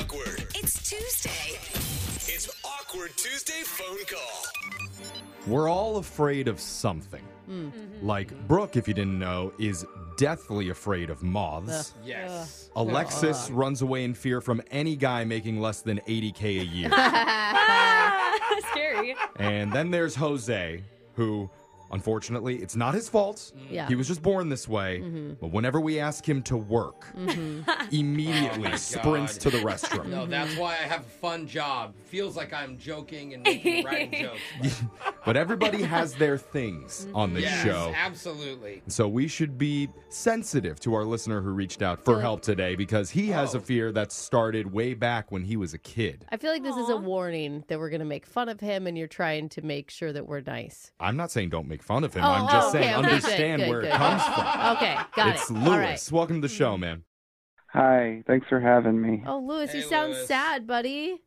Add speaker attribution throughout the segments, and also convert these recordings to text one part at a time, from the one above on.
Speaker 1: awkward.
Speaker 2: It's Tuesday.
Speaker 1: It's Awkward Tuesday phone call.
Speaker 3: We're all afraid of something.
Speaker 4: Mm-hmm.
Speaker 3: Like Brooke, if you didn't know, is deathly afraid of moths.
Speaker 4: Yes.
Speaker 3: Alexis runs away in fear from any guy making less than 80K a year.
Speaker 4: Ah,
Speaker 5: Scary.
Speaker 3: and then there's Jose, who, unfortunately, it's not his fault.
Speaker 4: Yeah. Mm-hmm.
Speaker 3: He was just born this way. But whenever we ask him to work, immediately
Speaker 4: Oh my
Speaker 3: sprints
Speaker 4: God.
Speaker 3: to the restroom.
Speaker 6: Mm-hmm.
Speaker 4: No, that's why I have a fun job. Feels like I'm joking and making, writing jokes.
Speaker 3: But everybody has their things on this
Speaker 4: Mm-hmm. Yes,
Speaker 3: show.
Speaker 4: absolutely.
Speaker 3: So we should be sensitive to our listener who reached out for help today because he has
Speaker 6: Oh.
Speaker 3: a fear that started way back when he was a kid.
Speaker 6: I feel like this is a warning that we're going to make fun of him and you're trying to make sure that we're nice.
Speaker 3: I'm not saying don't make fun of him.
Speaker 6: Oh,
Speaker 3: I'm just
Speaker 6: oh, okay,
Speaker 3: saying
Speaker 6: okay, good,
Speaker 3: understand
Speaker 6: good,
Speaker 3: where
Speaker 6: good.
Speaker 3: it comes from.
Speaker 6: Okay, got
Speaker 3: it's
Speaker 6: it.
Speaker 3: Lewis.
Speaker 6: All right. Hmm.
Speaker 3: Welcome to the show, man.
Speaker 7: Hi, thanks for having me.
Speaker 6: Oh, Lewis, you
Speaker 4: Hey,
Speaker 6: sound
Speaker 4: Lewis.
Speaker 6: sad, buddy.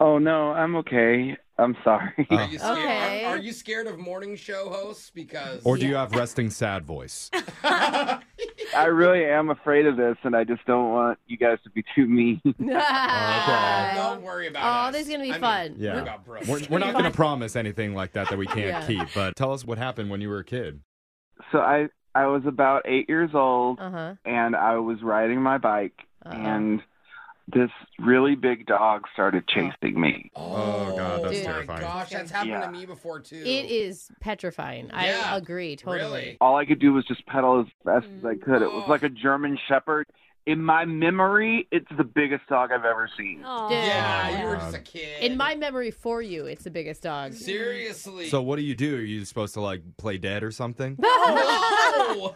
Speaker 7: Oh no, I'm okay. I'm sorry.
Speaker 3: Uh,
Speaker 4: Are you scared?
Speaker 6: Okay.
Speaker 4: Are, are you scared of morning show hosts? Because
Speaker 3: Or do you have resting sad voice?
Speaker 7: I really am afraid of this, and I just don't want you guys to be too mean.
Speaker 4: Uh, don't worry about
Speaker 6: Oh,
Speaker 4: us.
Speaker 6: this is gonna be
Speaker 4: I mean,
Speaker 6: fun.
Speaker 4: worry
Speaker 3: Yeah.
Speaker 4: about Brooke.
Speaker 3: We're, we're not going to promise anything like that that we can't
Speaker 6: Yeah.
Speaker 3: keep. But tell us what happened when you were a kid.
Speaker 7: so I I was about eight years old,
Speaker 6: Uh huh.
Speaker 7: and I was riding my bike,
Speaker 6: Uh-oh.
Speaker 7: and this really big dog started chasing me.
Speaker 3: Oh, God, that's
Speaker 4: my
Speaker 3: terrifying.
Speaker 4: Gosh, that's happened
Speaker 7: Yeah.
Speaker 4: to me before too.
Speaker 6: It is petrifying.
Speaker 4: Yeah,
Speaker 6: I agree totally.
Speaker 4: really.
Speaker 7: All I could do was just pedal as fast as I could. It was
Speaker 4: Oh.
Speaker 7: like a German Shepherd. In my memory, it's the biggest dog I've ever seen.
Speaker 5: Aw.
Speaker 6: Dude.
Speaker 4: Yeah, you were
Speaker 3: Oh, God.
Speaker 4: just a kid.
Speaker 6: In my memory, for you, it's the biggest dog.
Speaker 4: seriously.
Speaker 3: So what do you do? Are you supposed to like play dead or something?
Speaker 6: Oh,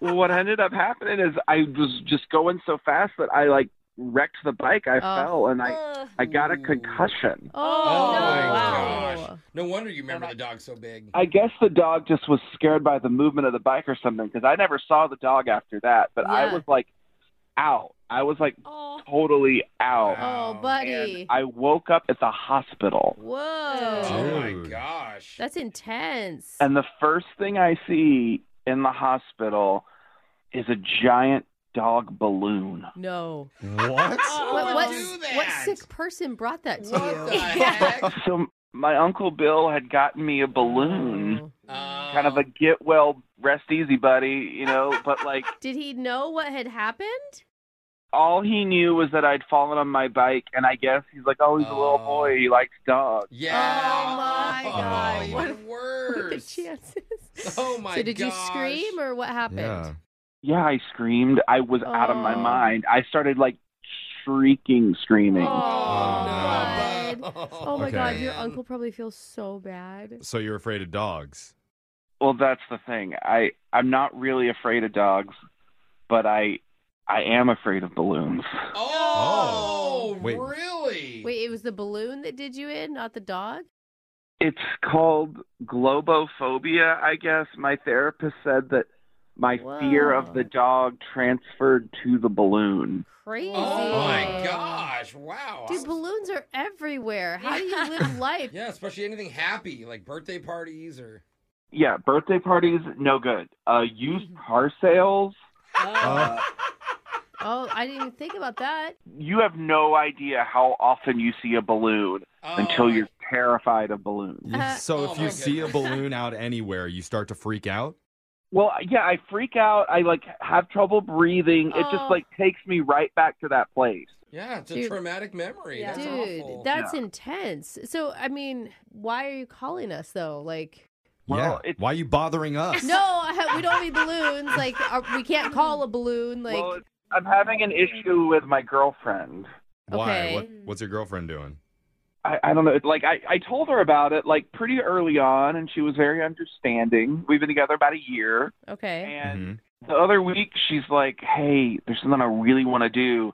Speaker 4: Whoa!
Speaker 7: what ended up happening is I was just going so fast that I like wrecked the bike. I fell and I
Speaker 5: Ugh.
Speaker 7: I got a
Speaker 4: Ooh.
Speaker 7: concussion.
Speaker 6: Oh,
Speaker 5: Oh,
Speaker 6: no!
Speaker 4: my
Speaker 6: wow.
Speaker 4: gosh. No wonder you remember the dog so big.
Speaker 6: Oh.
Speaker 7: I guess the dog just was scared by the movement of the bike or something because I never saw the dog after that. But
Speaker 6: Yeah.
Speaker 7: I was like out. I was like
Speaker 5: Aw.
Speaker 7: totally out.
Speaker 4: Wow.
Speaker 6: Oh, buddy.
Speaker 7: And I woke up at the hospital.
Speaker 6: Whoa.
Speaker 4: oh my
Speaker 3: Dude.
Speaker 4: gosh.
Speaker 6: That's intense.
Speaker 7: And the first thing I see in the hospital is a giant dog balloon.
Speaker 6: no.
Speaker 3: What?
Speaker 6: what,
Speaker 4: would
Speaker 6: what,
Speaker 4: do
Speaker 6: what
Speaker 4: that?
Speaker 6: sick person brought that to
Speaker 4: what
Speaker 6: you?
Speaker 4: the heck?
Speaker 7: So my uncle Bill had gotten me a balloon.
Speaker 6: Oh.
Speaker 4: Uh,
Speaker 7: kind of a get well, rest easy, buddy, you know. but like,
Speaker 6: Did he know what had happened?
Speaker 7: all he knew was that I'd fallen on my bike, and I guess he's like, oh, he's a little
Speaker 4: Oh.
Speaker 7: boy, he likes dogs.
Speaker 4: Yeah.
Speaker 6: Oh, my
Speaker 3: God.
Speaker 4: even
Speaker 6: What- What are the
Speaker 4: worse.
Speaker 6: chances?
Speaker 4: Oh my
Speaker 6: So did you
Speaker 4: gosh.
Speaker 6: scream or what happened?
Speaker 3: Yeah.
Speaker 7: Yeah, I screamed. I was out of my
Speaker 6: Oh.
Speaker 7: mind. I started like shrieking, screaming.
Speaker 6: Oh.
Speaker 4: Oh,
Speaker 6: God.
Speaker 4: no.
Speaker 6: Oh my
Speaker 3: Okay.
Speaker 6: god, your uncle probably feels so bad.
Speaker 3: So you're afraid of dogs.
Speaker 7: Well, that's the thing. I I'm not really afraid of dogs, but I I am afraid of balloons.
Speaker 4: Oh,
Speaker 3: Oh. Wait.
Speaker 4: really?
Speaker 6: Wait, it was the balloon that did you in, not the dog?
Speaker 7: It's called globophobia, I guess. My therapist said that my fear
Speaker 6: Whoa.
Speaker 7: of the dog transferred to the balloon.
Speaker 6: Crazy.
Speaker 4: Oh my gosh. Wow.
Speaker 6: Dude, balloons are everywhere. How do you live life?
Speaker 4: Yeah, especially anything happy, like birthday parties or.
Speaker 7: Yeah, birthday parties, no good. Uh, used
Speaker 6: Mm-hmm.
Speaker 7: car sales,
Speaker 3: Uh,
Speaker 6: Oh, I didn't even think about that.
Speaker 7: you have no idea how often you see a balloon
Speaker 4: Oh,
Speaker 7: until
Speaker 4: my-
Speaker 7: you're terrified of balloons.
Speaker 3: You-
Speaker 6: Uh-huh.
Speaker 3: so
Speaker 4: oh
Speaker 3: if
Speaker 4: my
Speaker 3: you see a
Speaker 4: goodness.
Speaker 3: balloon out anywhere, you start to freak out.
Speaker 7: Well, yeah, I freak out. I like have trouble breathing. It
Speaker 6: Oh.
Speaker 7: just like takes me right back to that place.
Speaker 4: Yeah, it's a
Speaker 6: Dude.
Speaker 4: traumatic memory.
Speaker 5: Yeah.
Speaker 4: That's
Speaker 6: Dude,
Speaker 4: awful.
Speaker 6: that's intense. So, I mean, why are you calling us though? Like,
Speaker 7: Well,
Speaker 3: yeah.
Speaker 7: it-
Speaker 3: Why are you bothering us?
Speaker 6: no, I- we don't need balloons. Like, are, we can't call a balloon. Like,
Speaker 7: well, it's- I'm having an issue with my girlfriend.
Speaker 3: Why?
Speaker 6: Okay.
Speaker 3: What, what's your girlfriend doing?
Speaker 7: I, I don't know. Like I, I told her about it like pretty early on, and she was very understanding. We've been together about a year,
Speaker 6: okay.
Speaker 7: and
Speaker 3: Mm-hmm.
Speaker 7: the other week she's like, "Hey, there's something I really want to do.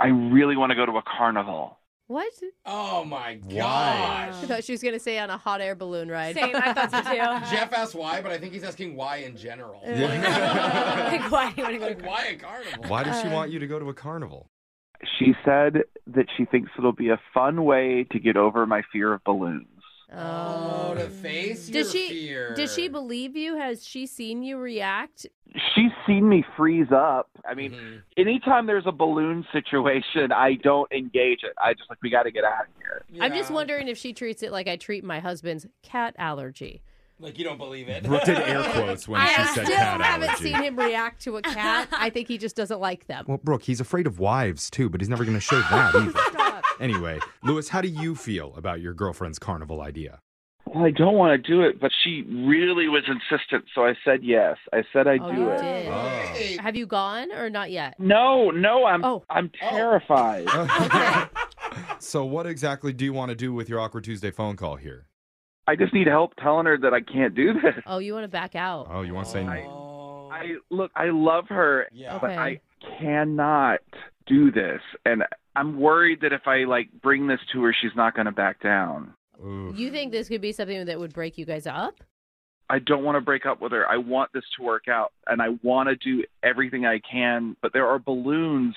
Speaker 7: I really want to go to a carnival."
Speaker 6: What?
Speaker 4: Oh my
Speaker 3: Why?
Speaker 6: I
Speaker 4: gosh.
Speaker 6: thought she was gonna say on a hot air balloon ride.
Speaker 5: Same. I thought so too.
Speaker 4: Jeff asked why, but I think he's asking why in general.
Speaker 3: Yeah.
Speaker 5: like, why do you want to go to
Speaker 4: like, why a carnival?
Speaker 3: Why does she
Speaker 6: Uh,
Speaker 3: want you to go to a carnival?
Speaker 7: She said that she thinks it'll be a fun way to get over my fear of balloons.
Speaker 4: Oh,
Speaker 6: Um,
Speaker 4: to face your
Speaker 6: does she
Speaker 4: fear.
Speaker 6: does she believe you? Has she seen you react?
Speaker 7: She's seen me freeze up. I mean,
Speaker 4: Mhm.
Speaker 7: anytime there's a balloon situation, I don't engage it. I just like we got to get out of here.
Speaker 6: I'm just
Speaker 4: Yeah.
Speaker 6: wondering if she treats it like I treat my husband's cat allergy.
Speaker 4: Like you don't believe it.
Speaker 3: Brooke did air quotes when she
Speaker 6: I
Speaker 3: said
Speaker 6: still
Speaker 3: cat
Speaker 6: haven't
Speaker 3: allergy.
Speaker 6: seen him react to a cat. I think he just doesn't like them.
Speaker 3: Well, Brooke, he's afraid of wives too, but he's never going to show that either.
Speaker 6: Stop.
Speaker 3: Anyway, Lewis, how do you feel about your girlfriend's carnival idea?
Speaker 7: Well, I don't want to do it, but she really was insistent, so I said yes. I said I'd
Speaker 6: Oh,
Speaker 7: do
Speaker 6: you
Speaker 7: it.
Speaker 6: did.
Speaker 4: Hey,
Speaker 6: Have you gone or not yet?
Speaker 7: No, no, I'm
Speaker 6: Oh.
Speaker 7: I'm terrified.
Speaker 3: so, what exactly do you want to do with your awkward Tuesday phone call here?
Speaker 7: I just need help telling her that I can't do this.
Speaker 6: Oh, you want to back out?
Speaker 3: Oh, you want to say no?
Speaker 4: Oh.
Speaker 7: I look, I love her,
Speaker 4: yeah.
Speaker 7: but
Speaker 6: Okay.
Speaker 7: I cannot do this, and I'm worried that if I like bring this to her, she's not going to back down.
Speaker 3: Ooh.
Speaker 6: You think this could be something that would break you guys up?
Speaker 7: I don't want to break up with her. I want this to work out, and I want to do everything I can. But there are balloons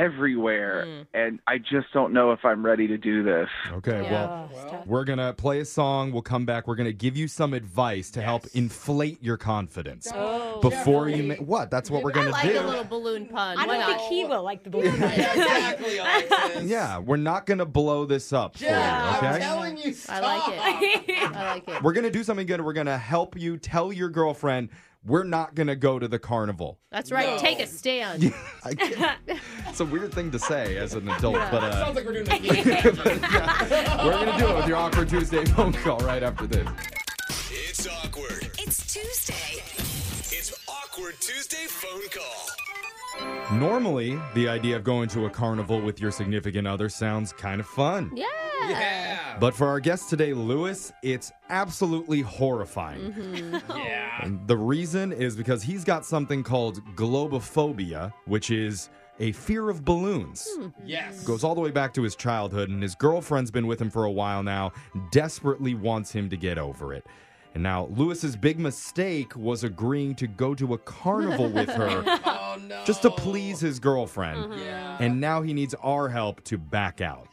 Speaker 7: everywhere,
Speaker 5: Hmm.
Speaker 6: Mm.
Speaker 7: and I just don't know if I'm ready to do this.
Speaker 3: Okay, well,
Speaker 4: Well,
Speaker 3: we're going to play a song. We'll come back. We're going to give you some advice to help inflate your confidence.
Speaker 4: Oh,
Speaker 3: Before you ma-
Speaker 4: Jeffrey.
Speaker 3: what? That's what we're going
Speaker 6: like
Speaker 3: to
Speaker 6: a
Speaker 3: do.
Speaker 6: little balloon pun.
Speaker 5: I
Speaker 6: Why
Speaker 5: don't
Speaker 6: not?
Speaker 5: think he will like the balloon
Speaker 4: Yeah,
Speaker 5: pun.
Speaker 4: exactly, Alexis.
Speaker 3: Yeah, we're not going to blow this up for you,
Speaker 4: Yeah, I'm
Speaker 3: okay?
Speaker 4: telling you, stop.
Speaker 6: I like it. I like it.
Speaker 3: We're going to do something good. We're going to help you tell your girlfriend we're not going to go to the carnival.
Speaker 6: That's right.
Speaker 4: No.
Speaker 6: Take a stand.
Speaker 3: I can't- it's a weird thing to say as an adult, but uh,
Speaker 4: Sounds like we're doing a
Speaker 3: we're going to do it with your Awkward Tuesday phone call right after this.
Speaker 1: It's awkward.
Speaker 2: It's Tuesday.
Speaker 1: It's awkward Tuesday phone call.
Speaker 3: Normally, the idea of going to a carnival with your significant other sounds kind of fun.
Speaker 6: Yeah.
Speaker 4: Yeah.
Speaker 3: But for our guest today, Lewis, it's absolutely horrifying.
Speaker 6: Oh.
Speaker 4: yeah.
Speaker 3: And the reason is because he's got something called globophobia, which is a fear of balloons.
Speaker 4: Yes.
Speaker 3: Goes all the way back to his childhood, and his girlfriend's been with him for a while now, desperately wants him to get over it. And now, Lewis's big mistake was agreeing to go to a carnival with her
Speaker 4: Oh no.
Speaker 3: just to please his girlfriend.
Speaker 4: Yeah.
Speaker 3: And now he needs our help to back out.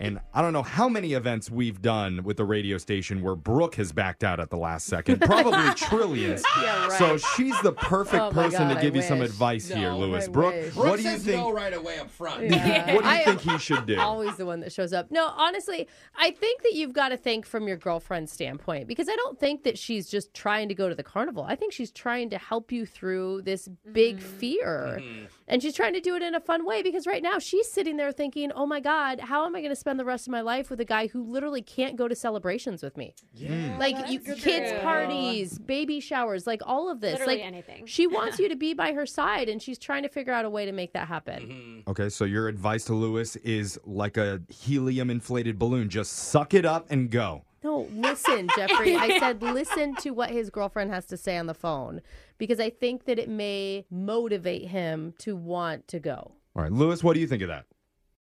Speaker 3: and I don't know how many events we've done with the radio station where Brooke has backed out at the last second, probably trillions.
Speaker 6: Yeah, right.
Speaker 3: So she's the perfect
Speaker 6: Oh my
Speaker 3: person
Speaker 6: God,
Speaker 3: to
Speaker 6: I
Speaker 3: give you some
Speaker 6: wish.
Speaker 3: advice here,
Speaker 4: No,
Speaker 3: Lewis.
Speaker 6: I
Speaker 3: Brooke,
Speaker 6: wish.
Speaker 3: what do you
Speaker 4: says
Speaker 3: think?
Speaker 4: No, right away up front.
Speaker 6: Yeah.
Speaker 3: What do
Speaker 6: I-
Speaker 3: you think he should do?
Speaker 6: always the one that shows up. No, honestly, I think that you've got to think from your girlfriend's standpoint because I don't think that she's just trying to go to the carnival. I think she's trying to help you through this big fear.
Speaker 3: Mm-hmm.
Speaker 6: And she's trying to do it in a fun way because right now she's sitting there thinking, oh my God, how am I going to spend the rest of my life with a guy who literally can't go to celebrations with me?
Speaker 4: Yeah.
Speaker 6: like you,
Speaker 5: that's
Speaker 6: kids'
Speaker 5: true.
Speaker 6: parties, baby showers, like all of this.
Speaker 5: Literally
Speaker 6: like
Speaker 5: anything.
Speaker 6: She wants you to be by her side and she's trying to figure out a way to make that happen.
Speaker 3: Okay, so your advice to Lewis is like a helium inflated balloon. Just suck it up and go.
Speaker 6: No, listen, Jeffrey. I said listen to what his girlfriend has to say on the phone because I think that it may motivate him to want to go.
Speaker 3: All right, Lewis, what do you think of that?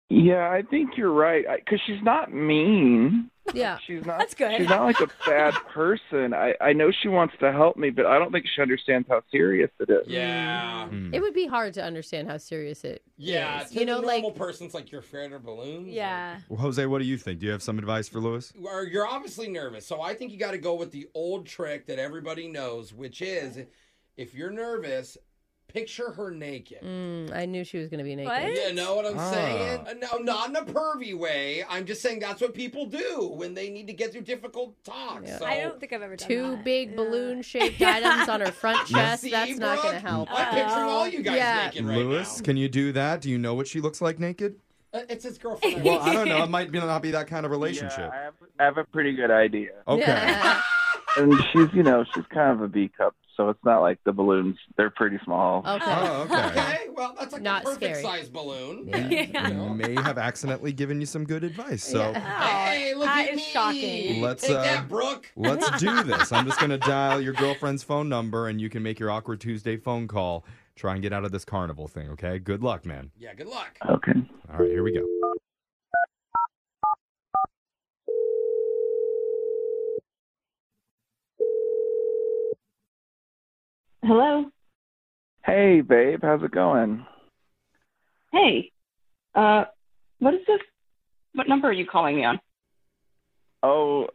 Speaker 7: Yeah, I think you're right because she's not mean.
Speaker 6: Yeah.
Speaker 7: She's not.
Speaker 5: That's good.
Speaker 7: She's not like a bad person. I I know she wants to help me, but I don't think she understands how serious it is.
Speaker 4: Yeah.
Speaker 6: It would be hard to understand how serious it
Speaker 4: Yeah.
Speaker 6: is.
Speaker 4: To
Speaker 6: You know,
Speaker 4: the
Speaker 6: like
Speaker 4: normal person's like you're afraid of balloons.
Speaker 5: Yeah.
Speaker 3: Well, Jose, what do you think? Do you have some advice for Lewis?
Speaker 4: or you're obviously nervous. So I think you got to go with the old trick that everybody knows, which is if you're nervous, picture her naked.
Speaker 6: mm, I knew she was gonna be naked.
Speaker 5: What?
Speaker 4: You know what I'm
Speaker 3: Ah.
Speaker 4: saying? Uh, No, not in a pervy way. I'm just saying that's what people do when they need to get through difficult talks. So
Speaker 5: I don't think I've ever done
Speaker 6: Two
Speaker 5: that.
Speaker 6: big
Speaker 5: Yeah.
Speaker 6: balloon shaped items on her front chest.
Speaker 4: See,
Speaker 6: That's not
Speaker 4: Brooke?
Speaker 6: gonna help.
Speaker 4: I'm picturing all you guys
Speaker 6: Yeah.
Speaker 4: naked right
Speaker 3: Lewis,
Speaker 4: now.
Speaker 3: can you do that? Do you know what she looks like naked?
Speaker 4: Uh, It's his girlfriend.
Speaker 3: Well, I don't know. It might be not be that kind of
Speaker 7: Yeah,
Speaker 3: relationship.
Speaker 7: I have, I have a pretty good idea.
Speaker 3: Okay.
Speaker 6: Yeah.
Speaker 7: And she's, you know, she's kind of a B cup, so it's not like the balloons, they're pretty small.
Speaker 6: Okay.
Speaker 3: Oh, okay.
Speaker 4: okay, well, that's like
Speaker 6: Not
Speaker 4: a perfect
Speaker 6: scary.
Speaker 4: size balloon.
Speaker 3: We may have accidentally given you some good advice. So
Speaker 4: Hey, look
Speaker 5: Oh, that
Speaker 4: at
Speaker 5: is
Speaker 4: me.
Speaker 5: shocking.
Speaker 3: Let's,
Speaker 4: Take
Speaker 3: uh,
Speaker 4: that, Brooke.
Speaker 3: let's do this. I'm just going to dial your girlfriend's phone number and you can make your awkward Tuesday phone call. Try and get out of this carnival thing, okay? Good luck, man.
Speaker 4: Yeah, good luck.
Speaker 7: Okay.
Speaker 3: All right, here we go.
Speaker 8: Hello.
Speaker 7: Hey, babe, how's it going?
Speaker 8: Hey. Uh, what is this? What number are you calling me on?
Speaker 7: Oh,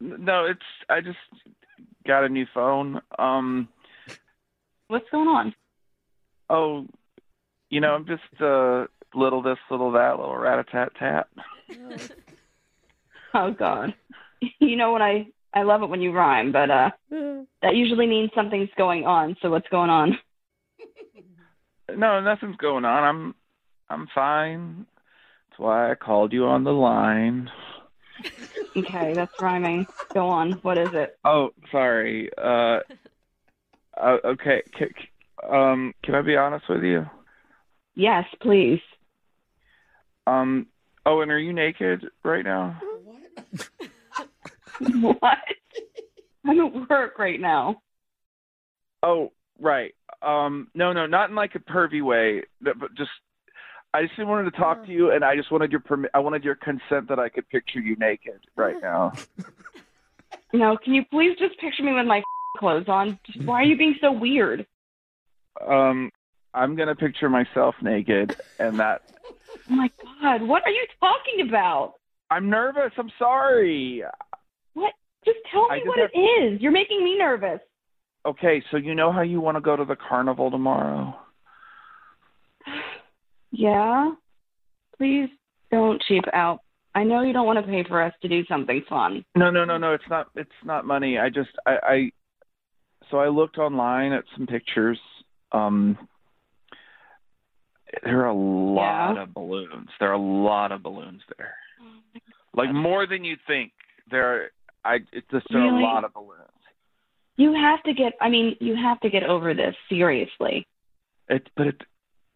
Speaker 7: No, it's I just got a new phone. Um,
Speaker 8: What's going on?
Speaker 7: oh, you know, I'm just uh, little this, little that, little rat a tat tat.
Speaker 8: Oh God. You know when I I love it when you rhyme, but uh that usually means something's going on. So what's going on?
Speaker 7: No, nothing's going on. I'm I'm fine. That's why I called you on the line.
Speaker 8: Okay, that's rhyming. Go on. What is it?
Speaker 7: Oh, sorry. Uh, uh okay. C- c- um, can I be honest with you?
Speaker 8: Yes, please.
Speaker 7: Um, oh, and are you naked right now?
Speaker 4: What?
Speaker 8: What? I'm at work right now.
Speaker 7: Oh, right. Um, no, no, not in like a pervy way, th- but just I just wanted to talk to you, and I just wanted your permi- I wanted your consent that I could picture you naked right now.
Speaker 8: No, can you please just picture me with my clothes on? Just, why are you being so weird?
Speaker 7: Um, I'm gonna picture myself naked, and that
Speaker 8: Oh my God, what are you talking about?
Speaker 7: I'm nervous. I'm sorry.
Speaker 8: What? Just tell
Speaker 7: I
Speaker 8: me
Speaker 7: just
Speaker 8: what
Speaker 7: have-
Speaker 8: it is. You're making me nervous.
Speaker 7: Okay, so you know how you want to go to the carnival tomorrow?
Speaker 8: Yeah. Please don't cheap out. I know you don't want to pay for us to do something fun.
Speaker 7: No, no, no, no. It's not. It's not money. I just I, I so I looked online at some pictures. Um, there are a lot
Speaker 8: Yeah. Mm-hmm.
Speaker 7: of balloons. There are a lot of balloons there. Like more than you think. There, are, I it's just there are a
Speaker 8: Really?
Speaker 7: lot of balloons.
Speaker 8: You have to get, I mean, you have to get over this seriously.
Speaker 7: It, but it,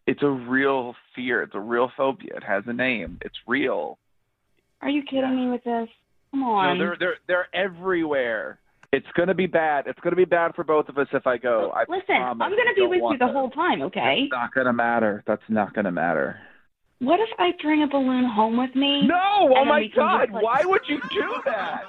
Speaker 7: it's a real fear. It's a real phobia. It has a name. It's real.
Speaker 8: Are you kidding me with this? Come
Speaker 7: No,
Speaker 8: on.
Speaker 7: they're they're they're everywhere. It's gonna be bad. It's gonna be bad for both of us if I go. I
Speaker 8: Listen, I'm
Speaker 7: promise.
Speaker 8: going to be
Speaker 7: Don't
Speaker 8: with you
Speaker 7: want
Speaker 8: the
Speaker 7: this.
Speaker 8: whole time, okay?
Speaker 7: That's not gonna matter. That's not gonna matter.
Speaker 8: What if I bring a balloon home with me?
Speaker 7: No! Oh
Speaker 8: And then
Speaker 7: my
Speaker 8: we can
Speaker 7: God!
Speaker 8: just, like-
Speaker 7: Why would you do that?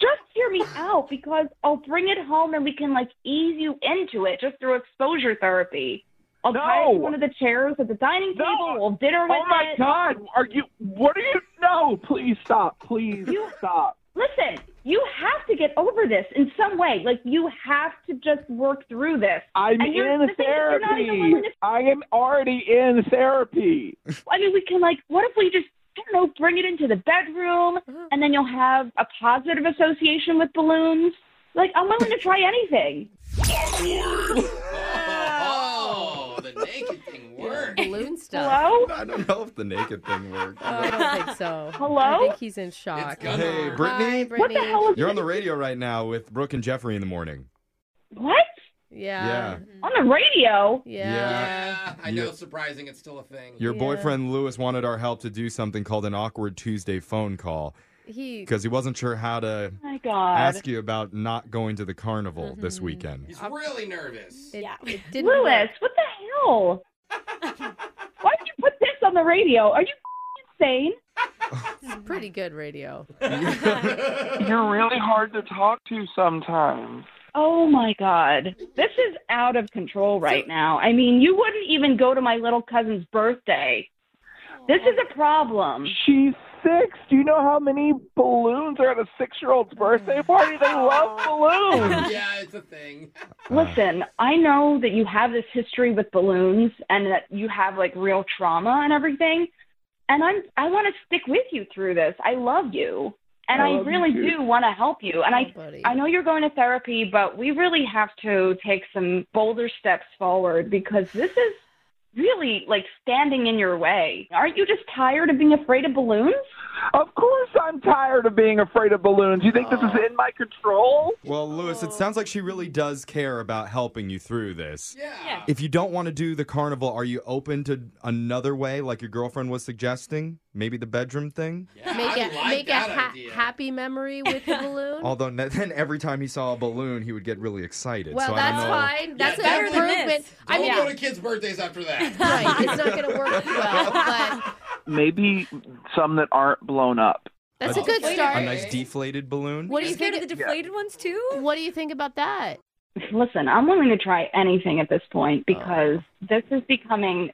Speaker 8: Just hear me out because I'll bring it home and we can like ease you into it just through exposure therapy. I'll tie it
Speaker 7: No.
Speaker 8: to one of the chairs at the dining
Speaker 7: No.
Speaker 8: table. We'll dinner with
Speaker 7: Oh my
Speaker 8: it.
Speaker 7: God! Are you? What are you? No! Please stop! Please
Speaker 8: You-
Speaker 7: stop!
Speaker 8: Listen, you have to get over this in some way. Like you have to just work through this.
Speaker 7: I'm
Speaker 8: And you're-
Speaker 7: in
Speaker 8: the thing is, you're not even
Speaker 7: therapy.
Speaker 8: willing to-
Speaker 7: I am already in therapy.
Speaker 8: I mean, we can like, what if we just I don't know, bring it into the bedroom,
Speaker 6: Mm-hmm.
Speaker 8: and then you'll have a positive association with balloons. Like I'm willing to try anything.
Speaker 4: Oh, the naked thing worked.
Speaker 6: Balloon stuff.
Speaker 8: Hello,
Speaker 3: I don't know if the naked thing worked.
Speaker 6: I don't think so. I
Speaker 8: Hello?
Speaker 6: think he's in shock.
Speaker 4: It's gonna-
Speaker 3: Hey,
Speaker 4: Hi,
Speaker 3: Brittany.
Speaker 6: Uh, Hi, Brittany.
Speaker 8: what the hell is
Speaker 3: You're on the radio right now with Brooke and Jeffrey in the morning.
Speaker 8: what
Speaker 6: Yeah.
Speaker 8: on the radio? Oh
Speaker 6: Yeah.
Speaker 4: Yeah, I know. Surprising, it's still a thing.
Speaker 3: Your
Speaker 6: Yeah.
Speaker 3: boyfriend Lewis wanted our help to do something called an awkward Tuesday phone call
Speaker 6: He
Speaker 3: because he wasn't sure how to
Speaker 8: my God.
Speaker 3: ask you about not going to the carnival this
Speaker 6: Mm-hmm.
Speaker 3: weekend.
Speaker 4: He's really nervous.
Speaker 6: it,
Speaker 5: Yeah.
Speaker 6: it didn't work.
Speaker 8: Lewis, what the hell? Why did you put this on the radio? Are you insane?
Speaker 6: It's pretty good radio.
Speaker 7: You're really hard to talk to sometimes.
Speaker 8: Oh my God. This is out of control right now. I mean, you wouldn't even go to my little cousin's birthday. This is a problem.
Speaker 7: She's six. Do you know how many balloons are at a six-year-old's birthday party? They love balloons.
Speaker 3: Oh,
Speaker 6: Oh,
Speaker 4: yeah, it's a thing.
Speaker 3: Uh.
Speaker 8: Listen, I know that you have this history with balloons and that you have like real trauma and everything. And I'm I want to stick with you through this. I love you. And
Speaker 7: I
Speaker 8: I,
Speaker 7: love you
Speaker 8: really
Speaker 7: too.
Speaker 8: do want to help you. And
Speaker 6: Oh,
Speaker 8: I
Speaker 6: buddy.
Speaker 8: I know you're going to therapy, but we really have to take some bolder steps forward because this is really like standing in your way. Aren't you just tired of being afraid of balloons?
Speaker 7: Of course, I'm tired of being afraid of balloons. You think this is in my control?
Speaker 3: Well, Lewis, it sounds like she really does care about helping you through this.
Speaker 4: Yeah.
Speaker 3: If you don't want to do the carnival, are you open to another way, like your girlfriend was suggesting? Maybe the bedroom thing?
Speaker 4: Yeah,
Speaker 6: Make
Speaker 4: I
Speaker 6: a
Speaker 4: like
Speaker 6: make a
Speaker 4: that
Speaker 6: ha-
Speaker 4: idea.
Speaker 6: happy memory with the balloon.
Speaker 3: Although ne- then every time he saw a balloon, he would get really excited.
Speaker 6: well,
Speaker 3: so I don't
Speaker 6: that's
Speaker 3: know.
Speaker 6: fine. That's
Speaker 4: Yeah,
Speaker 6: an
Speaker 4: better than
Speaker 6: improvement.
Speaker 5: this.
Speaker 6: I
Speaker 4: Don't
Speaker 6: mean,
Speaker 4: go to kids' birthdays after that.
Speaker 6: right? It's not going to work well, but
Speaker 7: Maybe some that aren't blown up.
Speaker 6: that's a good
Speaker 5: Wait a
Speaker 3: A
Speaker 6: start.
Speaker 3: nice deflated balloon.
Speaker 6: What do you
Speaker 5: scared of
Speaker 6: think?
Speaker 5: the deflated ones too?
Speaker 6: What do you think about that?
Speaker 8: Listen, I'm willing to try anything at this point because this is becoming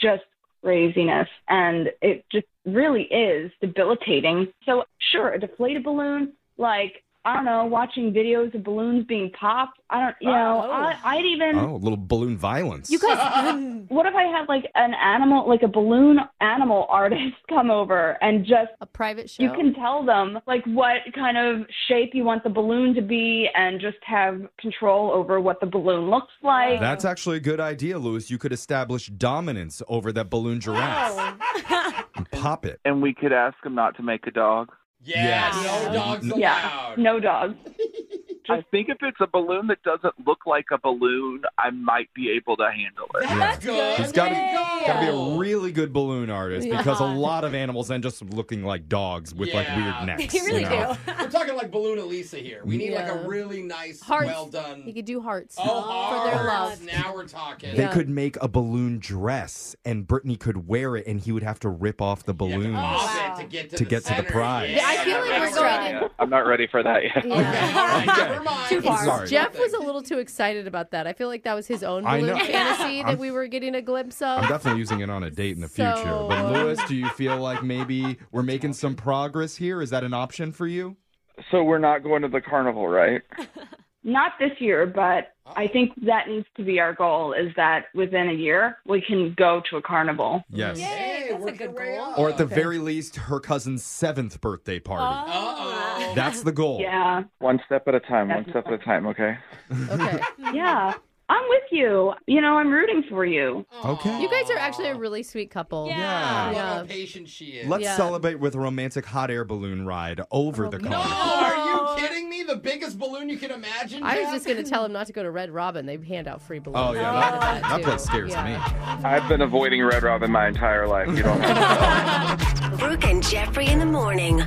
Speaker 8: just craziness and it just really is debilitating. So, sure, a deflated balloon, like I don't know, watching videos of balloons being popped. I don't, you know, I, I'd even.
Speaker 3: Oh, a little balloon violence.
Speaker 8: You guys, what if I had like an animal, like a balloon animal artist come over and just
Speaker 6: a private show.
Speaker 8: you can tell them like what kind of shape you want the balloon to be and just have control over what the balloon looks like.
Speaker 3: That's actually a good idea, Lewis. You could establish dominance over that balloon giraffe. and pop it.
Speaker 7: And we could ask him not to make a dog.
Speaker 4: Yeah,
Speaker 3: Yes.
Speaker 4: no dogs allowed.
Speaker 8: yeah, no dogs.
Speaker 7: I think if it's a balloon that doesn't look like a balloon, I might be able to handle it.
Speaker 4: That's good.
Speaker 3: He's gotta-
Speaker 4: There you
Speaker 3: Gotta be
Speaker 4: go.
Speaker 3: a really good balloon artist because a
Speaker 5: Yeah.
Speaker 3: lot of animals end just looking like dogs with like
Speaker 4: Yeah.
Speaker 3: weird necks.
Speaker 5: You really
Speaker 3: you know?
Speaker 5: do.
Speaker 4: We're talking like Balloon Elisa here. We need like
Speaker 6: Yeah.
Speaker 4: a really nice,
Speaker 6: Hearts.
Speaker 4: well
Speaker 6: You
Speaker 4: done.
Speaker 6: could do hearts
Speaker 4: Oh,
Speaker 6: for their
Speaker 4: hearts.
Speaker 6: love.
Speaker 4: Now we're talking.
Speaker 3: They
Speaker 6: Yeah.
Speaker 3: could make a balloon dress, and Brittany could wear it, and he would have to rip off the
Speaker 4: You have to Oh,
Speaker 3: balloons.
Speaker 4: pop
Speaker 5: wow.
Speaker 4: it to get to,
Speaker 3: To
Speaker 4: the,
Speaker 3: get to the
Speaker 4: center.
Speaker 3: prize.
Speaker 4: Yeah,
Speaker 6: I feel like we're
Speaker 4: that's
Speaker 6: going
Speaker 4: right.
Speaker 6: in-
Speaker 7: Yeah, I'm not ready for that yet.
Speaker 4: Okay, all right,
Speaker 6: Yeah.
Speaker 4: never mind.
Speaker 5: Too far.
Speaker 3: Sorry.
Speaker 6: Jeff was a little too excited about that. I feel like that was his own
Speaker 3: I
Speaker 6: balloon
Speaker 3: know.
Speaker 6: fantasy that
Speaker 3: I'm-
Speaker 6: we were getting a glimpse of.
Speaker 3: I'm definitely using it on a date in the future.
Speaker 6: So-
Speaker 3: But Lewis, do you feel like maybe we're making some progress here? Is that an option for you?
Speaker 7: So we're not going to the carnival, right?
Speaker 8: Not this year, but I think that needs to be our goal is that within a year we can go to a carnival.
Speaker 3: Yes.
Speaker 4: Hey,
Speaker 5: that's a
Speaker 4: work
Speaker 5: good
Speaker 4: your way
Speaker 5: goal.
Speaker 4: up.
Speaker 3: Or at the very least, her cousin's seventh birthday
Speaker 5: Oh.
Speaker 3: party.
Speaker 4: Uh-oh.
Speaker 3: That's the goal.
Speaker 8: Yeah.
Speaker 7: One step at a time, one step at a time, okay?
Speaker 6: Okay.
Speaker 8: Yeah. I'm with you. You know, I'm rooting for you.
Speaker 3: Okay.
Speaker 6: You guys are actually a really sweet couple.
Speaker 5: Yeah.
Speaker 4: Look
Speaker 3: Yeah.
Speaker 4: how
Speaker 6: Yeah.
Speaker 4: patient she is.
Speaker 3: Let's
Speaker 6: Yeah.
Speaker 3: celebrate with a romantic hot air balloon ride over the
Speaker 6: no.
Speaker 4: no,
Speaker 3: car.
Speaker 4: Oh, are you kidding me? The biggest balloon you can imagine.
Speaker 6: I was
Speaker 4: Jeff?
Speaker 6: just going to tell him not to go to Red Robin. They hand out free balloons.
Speaker 3: Oh, yeah.
Speaker 6: A lot
Speaker 3: That,
Speaker 6: of that,
Speaker 3: that
Speaker 6: too.
Speaker 3: place scares
Speaker 6: Yeah.
Speaker 3: me.
Speaker 7: I've been avoiding Red Robin my entire life. You don't know.
Speaker 2: Brooke and Jeffrey in the morning.